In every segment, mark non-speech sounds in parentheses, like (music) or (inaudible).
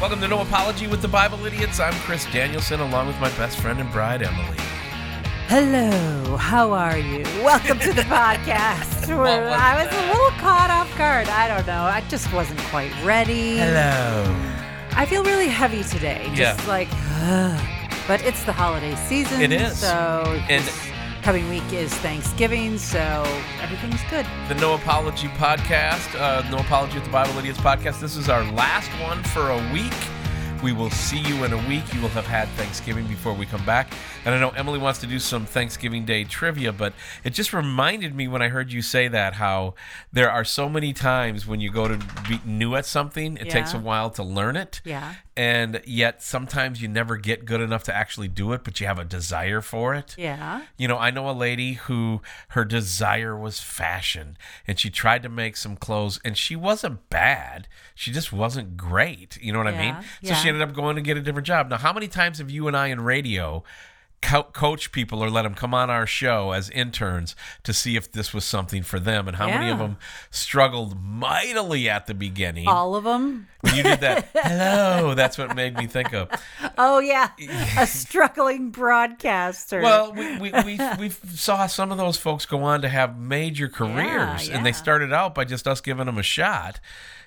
Welcome to No Apology with the Bible Idiots. I'm Chris Danielson, along with my best friend and bride, Emily. Hello, how are you? (laughs) Welcome to the podcast. What was I was that? a little caught off guard. I don't know. I just wasn't quite ready. Hello. I feel really heavy today. Just Yeah. like, but it's the holiday season. It is. So, And- this coming week is Thanksgiving, so everything's good. The No Apology podcast, uh, No Apology with the Bible Idiots podcast. This is our last one for a week. We will see you in a week. You will have had Thanksgiving before we come back. And I know Emily wants to do some Thanksgiving Day trivia, but it just reminded me when I heard you say that how there are so many times when you go to be new at something, it takes a Yeah. while to learn it. Yeah. And yet sometimes you never get good enough to actually do it, but you have a desire for it. Yeah. You know, I know a lady who her desire was fashion and she tried to make some clothes and she wasn't bad. She just wasn't great. You know what I mean? Yeah, So she yeah. ended up going to get a different job. Now, how many times have you and I in radio co- coach people or let them come on our show as interns to see if this was something for them? And how many of Yeah. them struggled mightily at the beginning? All of them. When you did (laughs) that, hello, that's what made me think of. (laughs) Oh, yeah. a struggling broadcaster. Well, we, (laughs) we, we, we saw some of those folks go on to have major careers, and they yeah. started out by just us giving them a shot.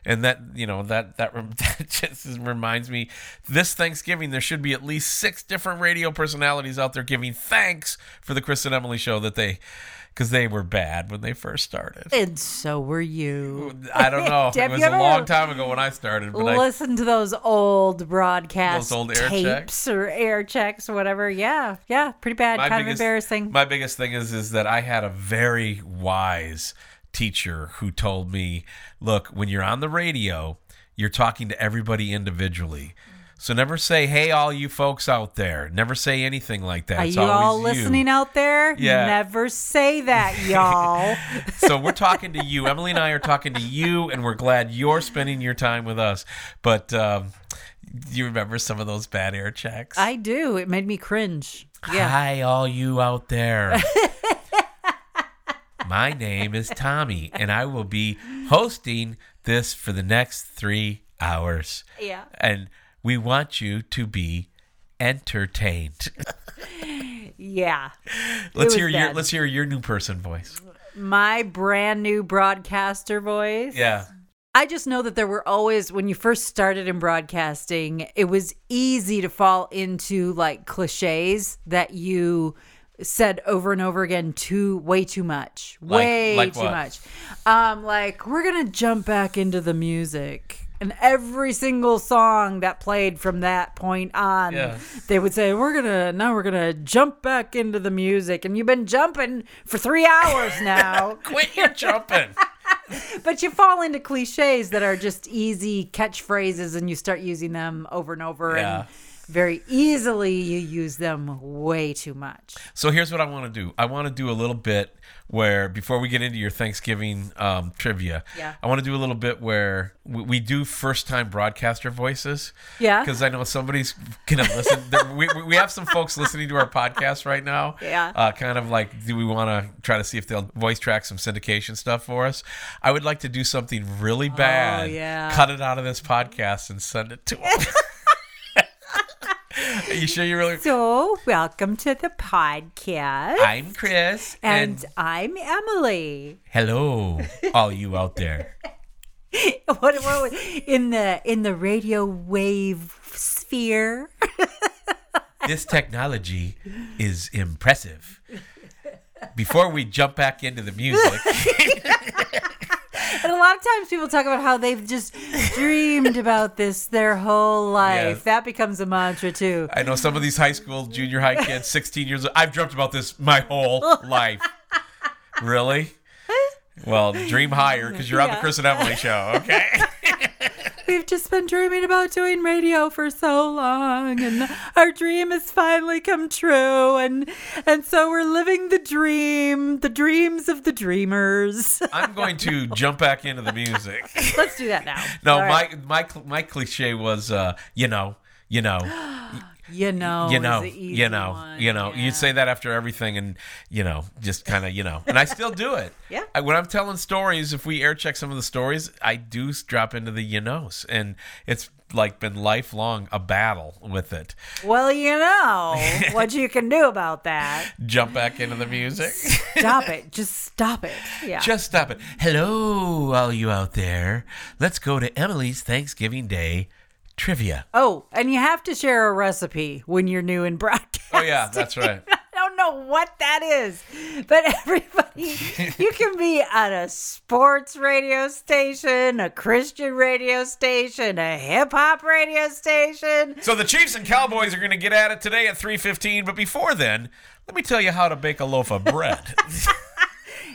And that you know that that, rem- (laughs) that just is- reminds me, this Thanksgiving there should be at least six different radio personalities out there giving thanks for the Chris and Emily show that they, because they were bad when they first started. and so were you. I don't know. it (laughs) Have was you a ever- long time ago when I started, but I, listen to those old broadcast Those old air tapes checks? or air checks or whatever. Yeah, yeah, pretty bad, my kind biggest- of embarrassing. My biggest thing is is that I had a very wise teacher who told me, "Look, when you're on the radio, you're talking to everybody individually." So never say, "Hey, all you folks out there." Never say anything like that. Are It's you all always listening out there? Yeah. Never say that, (laughs) y'all. (laughs) so we're talking to you. Emily and I are talking to you, and we're glad you're spending your time with us. But um, you remember some of those bad air checks? I do. It made me cringe. Yeah. Hi, all you out there. (laughs) My name is Tommy, and I will be hosting this for the next three hours. Yeah. And we want you to be entertained. Yeah. Let's was hear your bad. let's hear your new person voice. My brand new broadcaster voice. Yeah. I just know that there were always, when you first started in broadcasting, it was easy to fall into like cliches that you said over and over again too way too much Like- way like too what? much um like we're gonna jump back into the music and every single song that played from that point on Yeah. they would say we're gonna now we're gonna jump back into the music and you've been jumping for three hours now (laughs) Quit your jumping. but you fall into cliches that are just easy catchphrases and you start using them over and over Yeah. and very easily you use them way too much So here's what I want to do. I want to do a little bit where before we get into your Thanksgiving um, trivia, Yeah. I want to do a little bit where we, we do first time broadcaster voices. Yeah. Because I know somebody's gonna listen. (laughs) there- we, we- we have some folks listening to our podcast right now. Yeah. Uh, kind of like, do we want to try to see if they'll voice track some syndication stuff for us? I would like to do something really bad. Oh, yeah. Cut it out of this podcast and send it to them. (laughs) (laughs) Are you sure you really? so welcome to the podcast I'm Chris, and i'm emily (laughs) Hello, all you out there. what, what in the in the radio wave sphere This technology is impressive. Before we jump back into the music, And a lot of times people talk about how they've just dreamed about this their whole life. Yes. That becomes a mantra too. I know some of these high school, junior high kids, 16 years old, I've dreamt about this my whole life. Really? Well, dream higher because you're on the Yeah. Chris and Emily show, okay? We've just been dreaming about doing radio for so long, and our dream has finally come true. And and so we're living the dream, the dreams of the dreamers. (laughs) I'm going to jump back into the music. Let's do that now. No, All right. my my cl- my cliche was, uh, you know, you know, You know, you Oh, is know, the easy you know, one, you know. yeah. You'd say that after everything, and you know, just kind of, you know. And I still do it. (laughs) Yeah. I, when I'm telling stories, if we air check some of the stories, I do s- drop into the you knows, and it's like been lifelong a battle with it. Well, you (laughs) know what you can do about that. Jump back into the music. (laughs) Stop it. Just stop it. Yeah. Just stop it. Hello, all you out there. Let's go to Emily's Thanksgiving Day (laughs) trivia. oh, and you have to share a recipe when you're new in broadcast. Oh yeah, that's right. I don't know what that is, but (laughs) everybody, you can be at a sports radio station, a Christian radio station, a hip hop radio station. So the Chiefs and Cowboys are going to get at it today at 3:15, but before then, let me tell you how to bake a loaf of bread.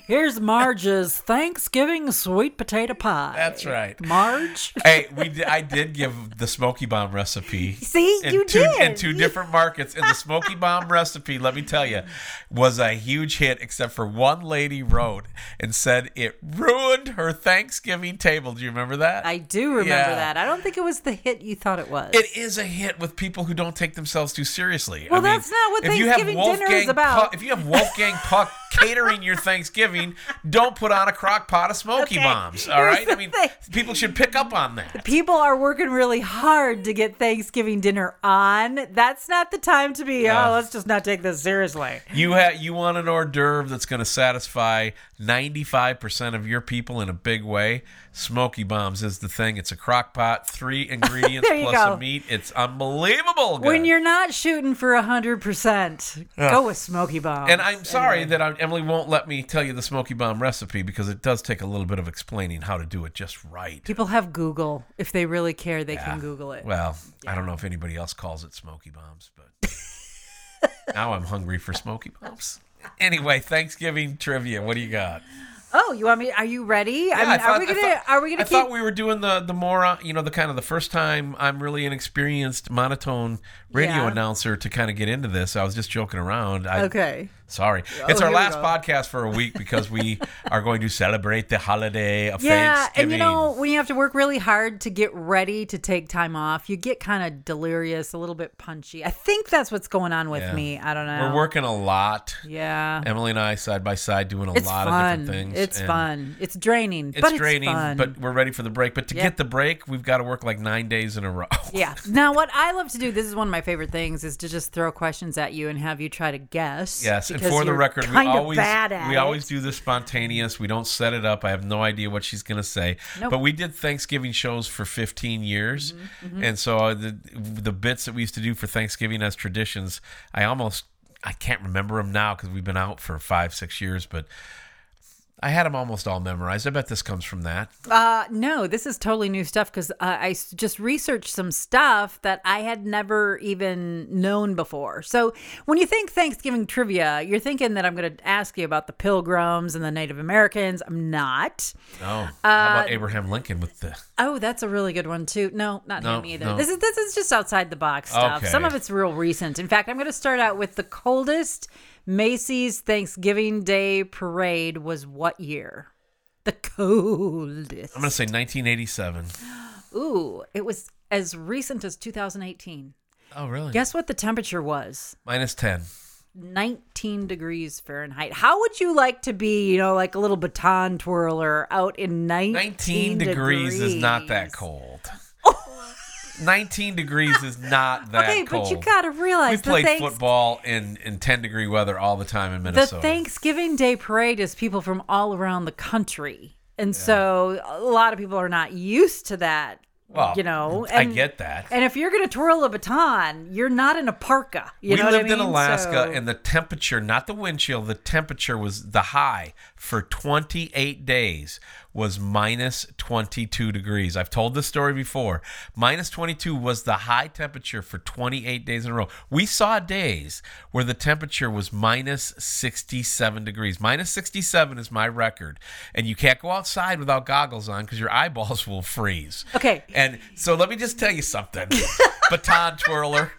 Here's Marge's Thanksgiving sweet potato pie. That's right. Marge. hey, we di- I did give the Smoky Bomb recipe. See, in (laughs) you two, did. in two different markets, and the Smoky Bomb recipe, let me tell you, was a huge hit. Except for one lady wrote and said it ruined her Thanksgiving table. Do you remember that? I do remember Yeah. that. I don't think it was the hit you thought it was. It is a hit with people who don't take themselves too seriously. Well, that's not what if you have Thanksgiving dinner is Wolfgang about. Puck- if you have Wolfgang (laughs) Puck catering your Thanksgiving, don't put on a crock pot of smoky Okay, bombs. All here's right, the I mean, thing. people should pick up on that. People are working really hard to get Thanksgiving dinner on. That's not the time to be, Yeah. oh, let's just not take this seriously. You ha- you want an hors d'oeuvre that's going to satisfy ninety five percent of your people in a big way. Smoky bombs is the thing. It's a crock pot, (laughs) three ingredients There you plus go. a meat. It's unbelievable. When good. you're not shooting for 100%, go with Smoky Bomb. And I'm sorry that I, Emily won't let me tell you the smoky bomb recipe because it does take a little bit of explaining how to do it just right. People have Google. If they really care, they can Google it. Well, I don't know if anybody else calls it smoky bombs, but (laughs) now I'm hungry for smoky bombs. Anyway, Thanksgiving trivia. What do you got? oh, you want me? Are you ready? I mean, are we gonna? thought- are we gonna I keep? thought we were doing the the more uh, you know the kind of the first time I'm really an experienced monotone radio Yeah. announcer to kind of get into this. I was just joking around. I, okay. Oh, Sorry. it's our here we last go. podcast for a week because (laughs) we are going to celebrate the holiday of Yeah, Thanksgiving. and you know when you have to work really hard to get ready to take time off, you get kind of delirious, a little bit punchy. I think that's what's going on with Yeah. me. I don't know. We're working a lot. Yeah. Emily and I side by side doing a It's lot fun. of different things. It's and fun. It's draining. It's but it's draining, fun. but we're ready for the break. But to get the break, we've got to work like nine days in a row. yeah. Now, what I love to do, this is one of my favorite things, is to just throw questions at you and have you try to guess. Yes, and because for the you're record, we kinda always bad at we it. always do this spontaneous. We don't set it up. I have no idea what she's going to say. Nope. Mm-hmm, But we did Thanksgiving shows for 15 years, and so uh, the the bits that we used to do for Thanksgiving as traditions, I almost I can't remember them now because we've been out for five six years, but. I had them almost all memorized. I bet this comes from that. Uh, no, this is totally new stuff because uh, I s- just researched some stuff that I had never even known before. So when you think Thanksgiving trivia, you're thinking that I'm going to ask you about the Pilgrims and the Native Americans. I'm not. Oh, how Uh, about Abraham Lincoln with the? Oh, that's a really good one too. No, not No, him either. no. This is this is just outside the box stuff. Okay. Some of it's real recent. In fact, I'm going to start out with the coldest Macy's Thanksgiving Day parade was what year? The coldest. I'm going to say 1987. Ooh, it was as recent as 2018. Oh, really? Guess what the temperature was? Minus 10. 19 degrees Fahrenheit. How would you like to be, you know, like a little baton twirler out in 19, 19 degrees is not that degrees? (laughs) Oh. cold. 19 degrees is (laughs) not that Okay, cold. but you got to we realize the, played thanks- football in, in 10 degree weather all the time in the Minnesota. Thanksgiving Day parade is people from all around the country. And so a lot of people are not used to that, well, you know. I And- get that. And if you're going to twirl a baton, you're not in a parka. You we know what I lived in mean? Alaska So- and the temperature, not the wind chill, the temperature was the high for 28 days was minus 22 degrees. I've told this story before. Minus 22 was the high temperature for 28 days in a row. We saw days where the temperature was minus 67 degrees. Minus 67 is my record. And you can't go outside without goggles on because your eyeballs will freeze. Okay. (laughs) And so let me just tell you something, baton twirler.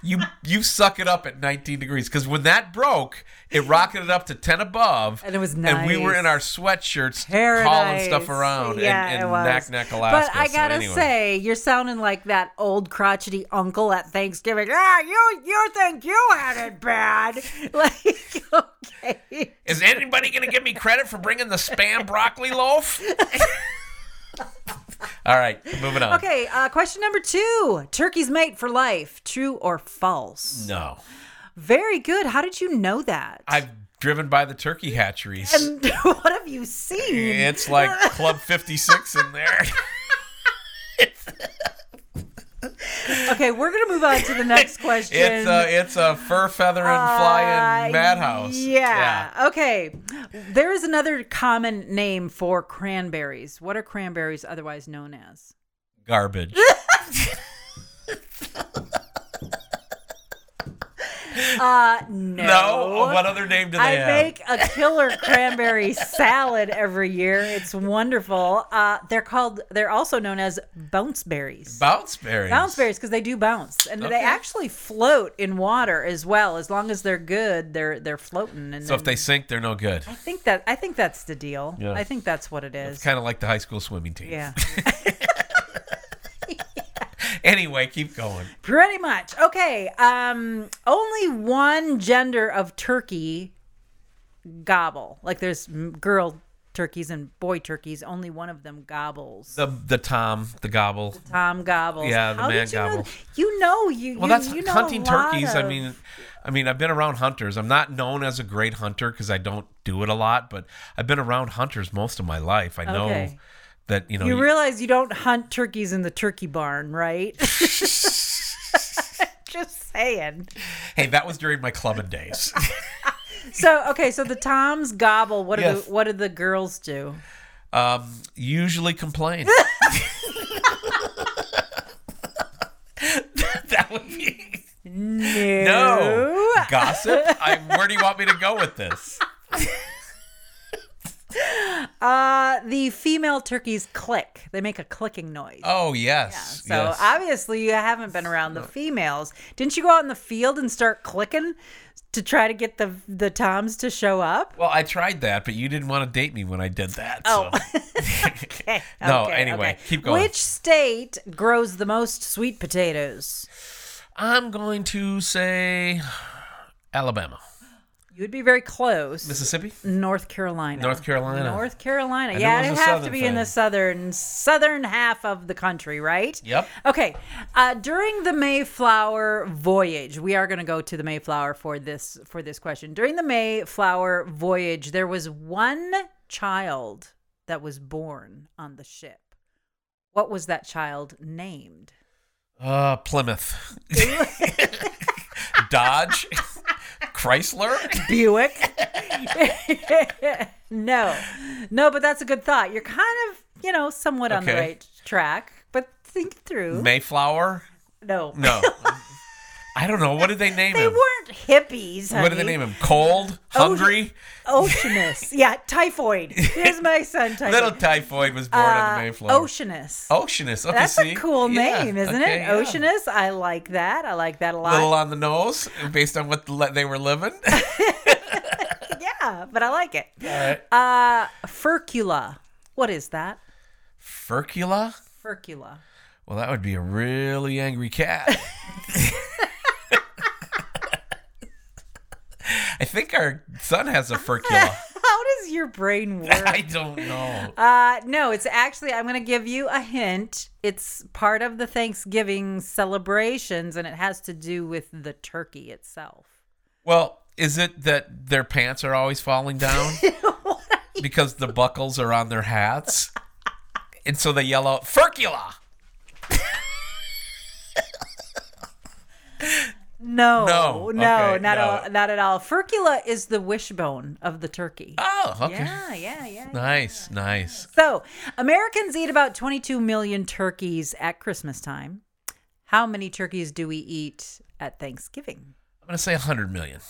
you you suck it up at 19 degrees because when that broke, it rocketed up to 10 above, And it was and we were in nice. our sweatshirts hauling Paradise. stuff around Yeah, and, it and was. knack knack Alaska. But I So gotta anyway. say, you're sounding like that old crotchety uncle at Thanksgiving. Ah, you you think you had it bad? (laughs) Like, okay. Is anybody going to give me credit for bringing the spam broccoli loaf? (laughs) All right, moving on. Okay, uh, question number two. Turkey's mate for life. True or false? No. Very good. How did you know that? I've driven by the turkey hatcheries. and (laughs) what have you seen? it's like Club 56 in (laughs) there. Okay, we're gonna move on to the next question. (laughs) It's a, it's a fur feather and flying Uh, madhouse. Yeah. Okay. There is another common name for cranberries. What are cranberries otherwise known as? Garbage. Uh, no. no? What other name do they I have? make a killer cranberry (laughs) salad every year. It's wonderful. Uh, they're called. They're also known as bounceberries. Bounceberries. Bounceberries because they do bounce, and Okay. they actually float in water as well. As long as they're good, they're they're floating. And So if then- they sink, they're no good. I think that I think that's the deal. Yeah. I think that's what it is. It's kind of like the high school swimming team. yeah. Anyway, keep going. Pretty much. Okay. Um only one gender of turkey gobble. Like there's m- girl turkeys and boy turkeys, only one of them gobbles. The the Tom, the gobble. Tom gobbles. Yeah, the man did you know- gobble. you know you Well, you- that's you know a hunting lot turkeys. I of- mean, I mean, I've been around hunters. I'm not known as a great hunter because I don't do it a lot, but I've been around hunters most of my life. I know Okay. that you know. you you- realize you don't hunt turkeys in the turkey barn, right? (laughs) Just saying. hey, that was during my clubbing days. So okay, so the toms gobble. What do Yes. the, what do the girls do? um, usually (laughs) complain. that would be no gossip. I, where do you want me to go with this? Uh, the female turkeys click. They make a clicking noise. Oh yes, so yes. obviously you haven't been around the females. Didn't you go out in the field and start clicking to try to get the the toms to show up? Well, I tried that, but you didn't want to date me when I did that. Oh. (laughs) So. Okay, No, okay, anyway, okay. keep going. Which state grows the most sweet potatoes? I'm going to say Alabama, You'd be very close. Mississippi. North Carolina. North Carolina. North Carolina. knew yeah, it was it'd a have to southern be in the thing. southern southern half of the country, right? Yep. Okay. Uh, during the Mayflower voyage, we are going to go to the Mayflower for this for this question. During the Mayflower voyage, there was one child that was born on the ship. What was that child named? Uh, (laughs) Plymouth. (laughs) Dodge. Chrysler. Buick. (laughs) no, no, but that's a good thought. You're kind of, you know, somewhat on the Okay. right track, but think through. Mayflower. no, (laughs) No. I don't know. What did they name they Oh, him? weren't hippies. Honey. what did they name him? Cold? Hungry? (laughs) Oceanus. yeah, typhoid. Here's my son. Typhoid. Little typhoid was born on Uh, the Mayflower. Oceanus. Oceanus. Okay, That's Oh, see? a cool Yeah, name, isn't okay, it? yeah. Oceanus. I like that. I like that a lot. Little on the nose, based on what le- they were living. (laughs) yeah, but I like it. All right. Uh, furcula. What is that? Furcula? Furcula. Well, that would be a really angry cat. (laughs) I think our son has a furcula. (laughs) How does your brain work? I don't know. Uh, no, it's actually, I'm going to give you a hint. It's part of the Thanksgiving celebrations and it has to do with the turkey itself. Well, is it that their pants are always falling down (laughs) because the buckles are on their hats? And so they yell out, Furcula! No, No, no, okay, not, no. All, not at all. Furcula is the wishbone of the turkey. Oh, okay. Yeah, yeah, yeah. Nice, nice. So, Americans eat about 22 million turkeys at Christmas time. How many turkeys do we eat at Thanksgiving? I'm going to say 100 million.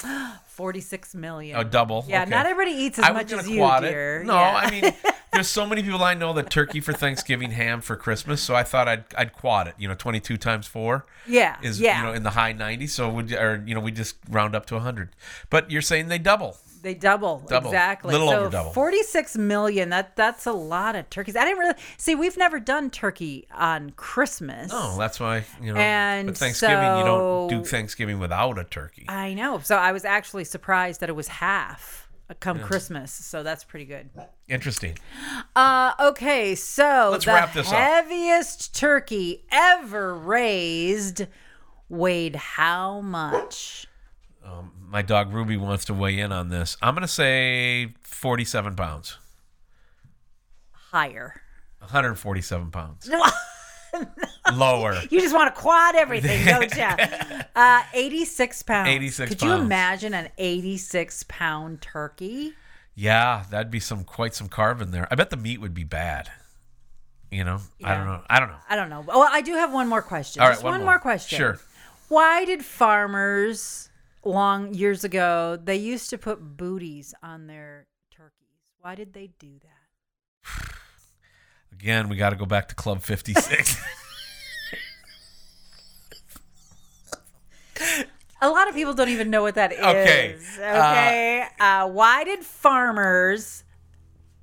46 million. Oh, double. yeah, okay. not everybody eats as I was much gonna as you, quad it. dear. No, (laughs) Yeah. I mean There's so many people I know that turkey for Thanksgiving, ham for Christmas. So I thought I'd I'd quad it. You know, 22 times four Yeah. is yeah. you know in the high 90s. So would or you know we just round up to 100. But you're saying they double. They double, Double. exactly. Little so over double. Forty-six million. That that's a lot of turkeys. I didn't really see. We've never done turkey on Christmas. Oh, that's why you know. And but Thanksgiving, you don't so- do Thanksgiving without a turkey. I know. So I was actually surprised that it was half uh, come Christmas. So that's pretty good. Interesting. Uh, okay, so Let's the wrap this up. heaviest turkey ever raised weighed how much? My dog Ruby wants to weigh in on this. I'm gonna say 47 pounds, (laughs) Higher. 147 (laughs) pounds, you lower. just want to quad everything, don't (laughs) you? Uh, 86 pounds. 86 Could you pounds. imagine an 86 pound turkey? Yeah, that'd be some quite some carving there. I bet the meat would be bad. You know, I don't know. I don't know. I don't know. Well, I do have one more question. All right, Just one one, more. more. question. Sure. Why did farmers long years ago they used to put booties on their turkeys? Why did they do that? Again, we got to go back to Club 56. (laughs) A lot of people don't even know what that is. (laughs) Okay, uh, Okay. Uh, why did farmers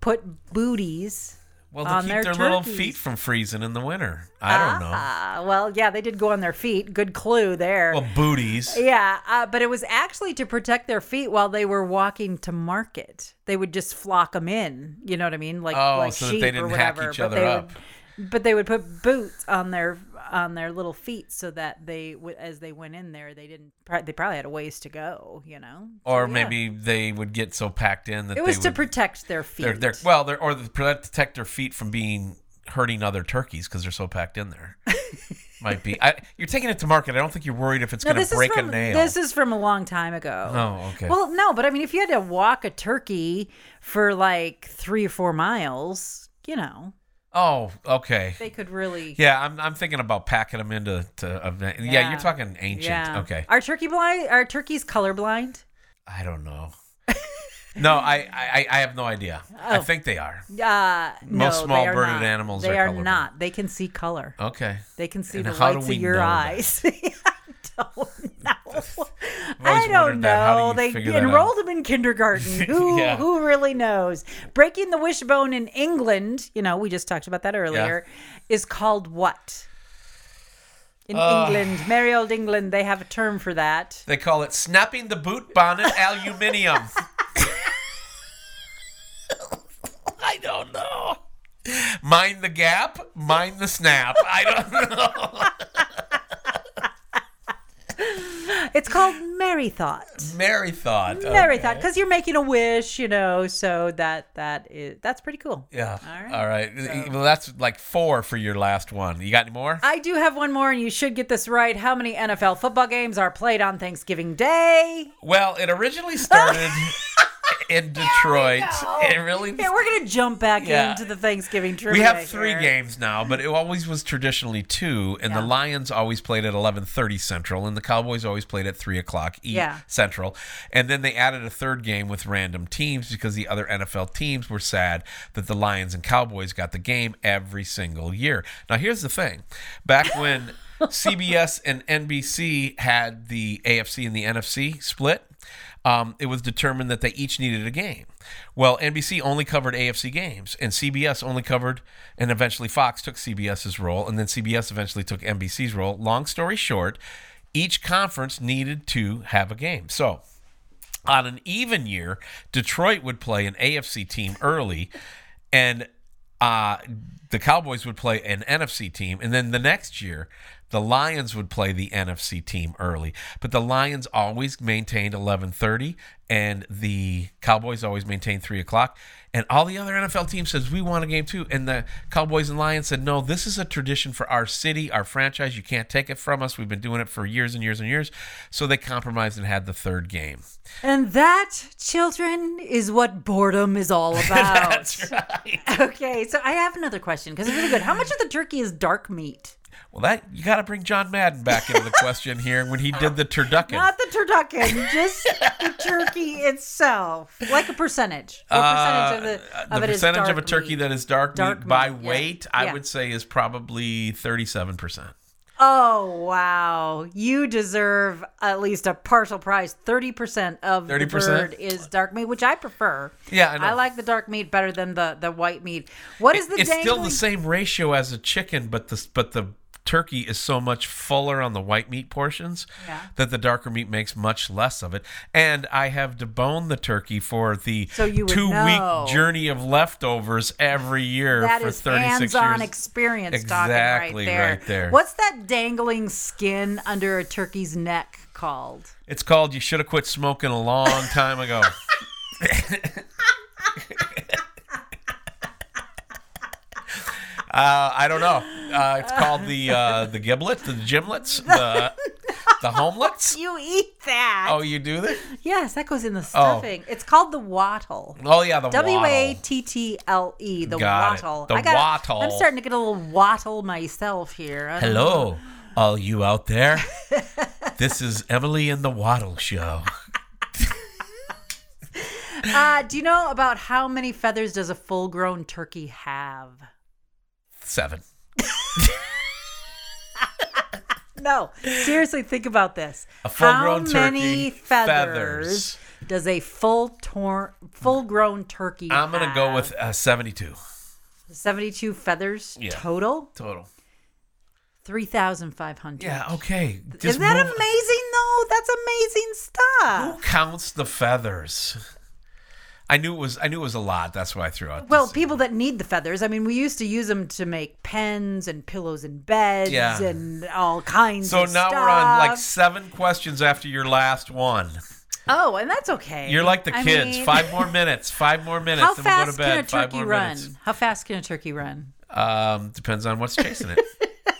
put booties? (laughs) well, to On keep their, their little turkeys. feet from freezing in the winter. I don't know. Ah, well, yeah, they did go on their feet. Good clue there. Well, (laughs) booties. Yeah, uh, but it was actually to protect their feet while they were walking to market. They would just flock them in. You know what I mean? Like Oh, like so that sheep they or didn't hack whatever. each but other they up. Would, but they would put boots on their on their little feet so that they would as they went in there they didn't pro- they probably had a ways to go. You know, Or yeah. maybe they would get so packed in that it was they to would, protect their feet. they're, they're, well, they're, or they protect their feet from being hurting other turkeys because they're so packed in (laughs) there. Might be. I, you're taking it to market. I don't think you're worried if it's no, going this to break is from a nail. this is from a long time ago. oh, okay. Well, no, but I mean, if you had to walk a turkey for like three or four miles, you know, oh, okay. they could really. Yeah, I'm, I'm thinking about packing them into to event. Yeah, Yeah. you're talking ancient. Okay, Are turkey blind? Are turkeys colorblind? I don't (laughs) know. no, I, I I have no idea. I Oh. think they are. Uh, no, Most small they are birded not. animals They are are, colorblind. not. They can see color. Okay, They can see And the how do whites we of your know that? eyes. (laughs) I don't know. always I don't wondered that. How do know. you They figure that enrolled them (laughs) in kindergarten. Who Yeah. who really knows? Breaking the wishbone in England, you know, we just talked about that earlier, is called what? In Uh. England, merry old England, they have a term for that. they call it snapping the boot bonnet aluminium. (laughs) I don't know. Mind the gap, mind the snap. I (laughs) don't know. It's called merry thought. Mary thought. Merry okay. thought, because you're making a wish, you know. So that that is that's pretty cool. Yeah. All right. All right. E, Well, that's like four for your last one. You got any more? I do have one more, and you should get this right. How many NFL football games are played on Thanksgiving Day? Well, it originally started (laughs) in Detroit. It really. Yeah, we're gonna jump back Yeah. into the Thanksgiving trivia. We have three here. games now, but it always was traditionally two, and the Yeah. Lions always played at eleven thirty Central, and the Cowboys always played at three o'clock e- Yeah. Central, and then they added a third game with random teams because the other NFL teams were sad that the Lions and Cowboys got the game every single year. Now here's the thing: back (laughs) when CBS and NBC had the AFC and the NFC split. Um, it was determined that they each needed a game. Well, NBC only covered AFC games, and CBS only covered, and eventually Fox took CBS's role, and then CBS eventually took NBC's role. Long story short, each conference needed to have a game. So, on an even year, Detroit would play an AFC team early, and uh, the Cowboys would play an NFC team. And then the next year, the Lions would play the NFC team early. But the Lions always maintained 11:30, and the Cowboys always maintained three o'clock. And all the other NFL teams says we want a game too, and the Cowboys and Lions said no. This is a tradition for our city, our franchise. You can't take it from us. We've been doing it for years and years and years. So they compromised and had the third game. and that, children, is what boredom (laughs) is all about. That's right. Okay, so I have another question because it's really good. How much of the turkey is dark meat? Well, that you got to bring John Madden back into the question here when he did the turducken. Not the turducken, just the turkey itself, like a percentage. What percentage Uh, of the of the it is percentage of dark a turkey meat? that is dark, Dark meat by meat, yeah. weight, I Yeah. would say, is probably thirty-seven percent. Oh wow! You deserve at least a partial prize. Thirty percent of the 30%? bird is dark meat, which I prefer. Yeah, I know. like the dark meat better than the the white meat. What is the it's still the dangling- same ratio as a chicken, but the but the turkey is so much fuller on the white meat portions Yeah. that the darker meat makes much less of it. And I have deboned the turkey for the So you would two know. week journey of leftovers every year That for is thirty six hands-on years. experience Exactly, talking right there. right there. What's that dangling skin under a turkey's neck called? It's called "You Should Have Quit Smoking a Long Time (laughs) Ago." Uh, I don't know. Uh, it's called the uh, the giblet, the gimlets, the the (laughs) homelets. You eat that? Oh, you do that? yes, that goes in the stuffing. It's called the wattle. Oh yeah, the W a wattle. t t l e the Got it. wattle. The I got wattle. I'm starting to get a little wattle myself here. I don't know. Hello, all you out there. this is Emily in the Waddle Show. Uh, do you know about how many feathers does a full-grown turkey have? Seven. No, seriously, think about this. A full-grown how many turkey, feathers, feathers. does a full tor- full-grown turkey? I'm gonna go have? with uh, seventy-two 72 feathers Yeah. total. total. 3,500. Yeah. Okay. Isn't Just that move- amazing though? That's amazing stuff. Who counts the feathers? I knew it was. I knew it was a lot. That's why I threw out. Well, this. people that need the feathers. I mean, we used to use them to make pens and pillows and beds Yeah. and all kinds So of now stuff. we're on like seven questions after your last one. Oh, and that's okay. You're like the I kids. mean, five more minutes. Five more minutes. How then fast we'll go to bed. can a five turkey more run? minutes. How fast can a turkey run? Um, depends on what's chasing it. (laughs)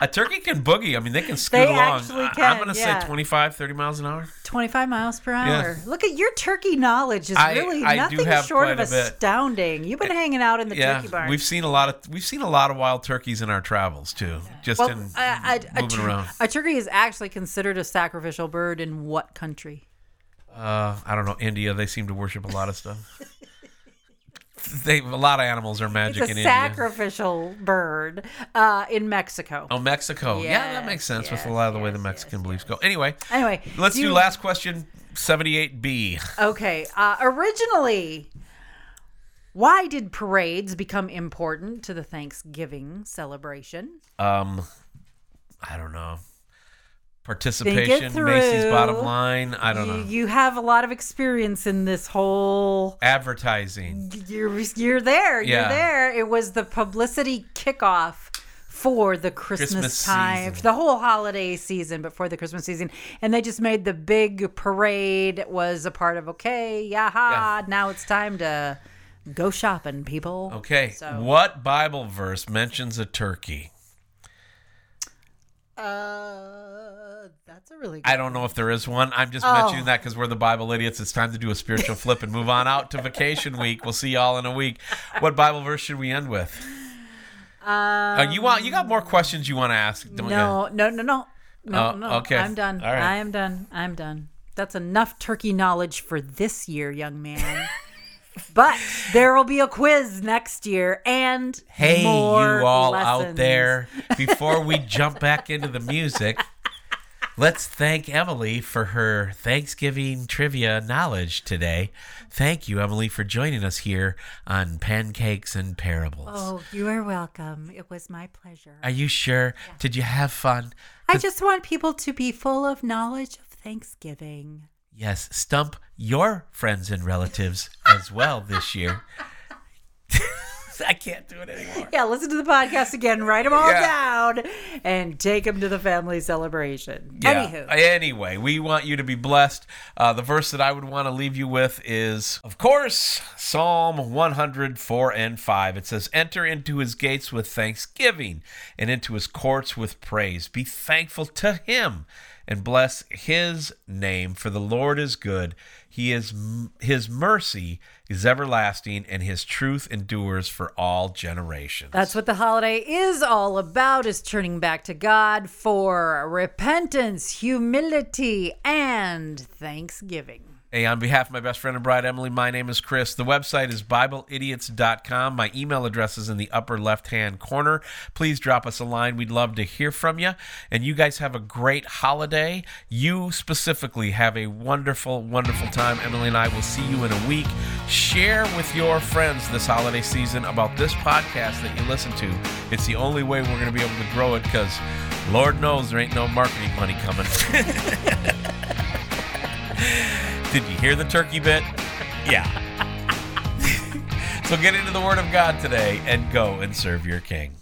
a turkey can boogie. I mean, they can scoot They along. actually I- can, I'm going to yeah. say 25, 30 miles an hour. 25 miles per Yeah. hour. Look at your turkey knowledge is I- really I do nothing have short quite of a bit. Eh, astounding. You've been hanging out in the yeah, turkey barn. we've seen a lot of we've seen a lot of wild turkeys in our travels too. Just Well, in a, a, a, moving tur- around. a turkey is actually considered a sacrificial bird in what country? Uh, I don't know. India, they seem to worship a lot of stuff. they a lot of animals are It's magic a in India. sacrificial bird uh, in Mexico. Oh, Mexico. yeah, that Yes, makes sense yes, with a lot of the way the Mexican beliefs go. Anyway, Anyway, let's do you- last question 78B. Okay, uh, originally, why did parades become important to the Thanksgiving celebration? Um I don't know. Think it Participation, through. Macy's bottom line, I don't You, know. you have a lot of experience in this whole Advertising. you're you're there. You're Yeah. there. It was the publicity kickoff for the Christmas, Christmas time, season. the whole holiday season, but for the Christmas season, and they just made the big parade was a part of. Okay, yaha! Now it's time to go shopping, people. Okay. So- What Bible verse mentions a turkey? Uh, that's a really good. I don't know if there is one. I'm just Oh. mentioning that because we're the Bible idiots. It's time to do a spiritual flip and move on out to vacation week. We'll see y'all in a week. What Bible verse should we end with? Uh, you want you got more questions you want to ask? don't you? No, no, no, no, no, Oh, no. okay. I'm done. All right. I am done. I'm done. That's enough turkey knowledge for this year, young (laughs) man. but there will be a quiz next year, and Hey, more you all out lessons. (laughs) there! Before we jump back into the music, let's thank Emily for her Thanksgiving trivia knowledge today. Thank you, Emily, for joining us here on Pancakes and Parables. Oh, you are welcome. It was my pleasure. Are you sure? Did you have fun? I just want people to be full of knowledge of Thanksgiving. Yes, stump your friends and relatives as well this year. (laughs) I can't do it anymore. Yeah, listen to the podcast again, write them all Yeah. down, and take them to the family celebration. Anywho. Anyway, we want you to be blessed. Uh, the verse that I would want to leave you with is, of course, Psalm 104 and 5. It says, Enter into his gates with thanksgiving and into his courts with praise. Be thankful to him and bless his name, for the Lord is good. He is his mercy is everlasting, and his truth endures for all generations. That's what the holiday is all about is turning back to God for repentance, humility, and thanksgiving. Hey, on behalf of my best friend and bride, Emily, my name is Chris. The website is BibleIdiots.com. My email address is in the upper left hand corner. Please drop us a line. We'd love to hear from you. And you guys have a great holiday. You specifically have a wonderful, wonderful time. Emily and I will see you in a week. Share with your friends this holiday season about this podcast that you listen to. It's the only way we're going to be able to grow it because Lord knows there ain't no marketing money coming. Did you hear the turkey bit? Yeah. so get into the Word of God today and go and serve your King.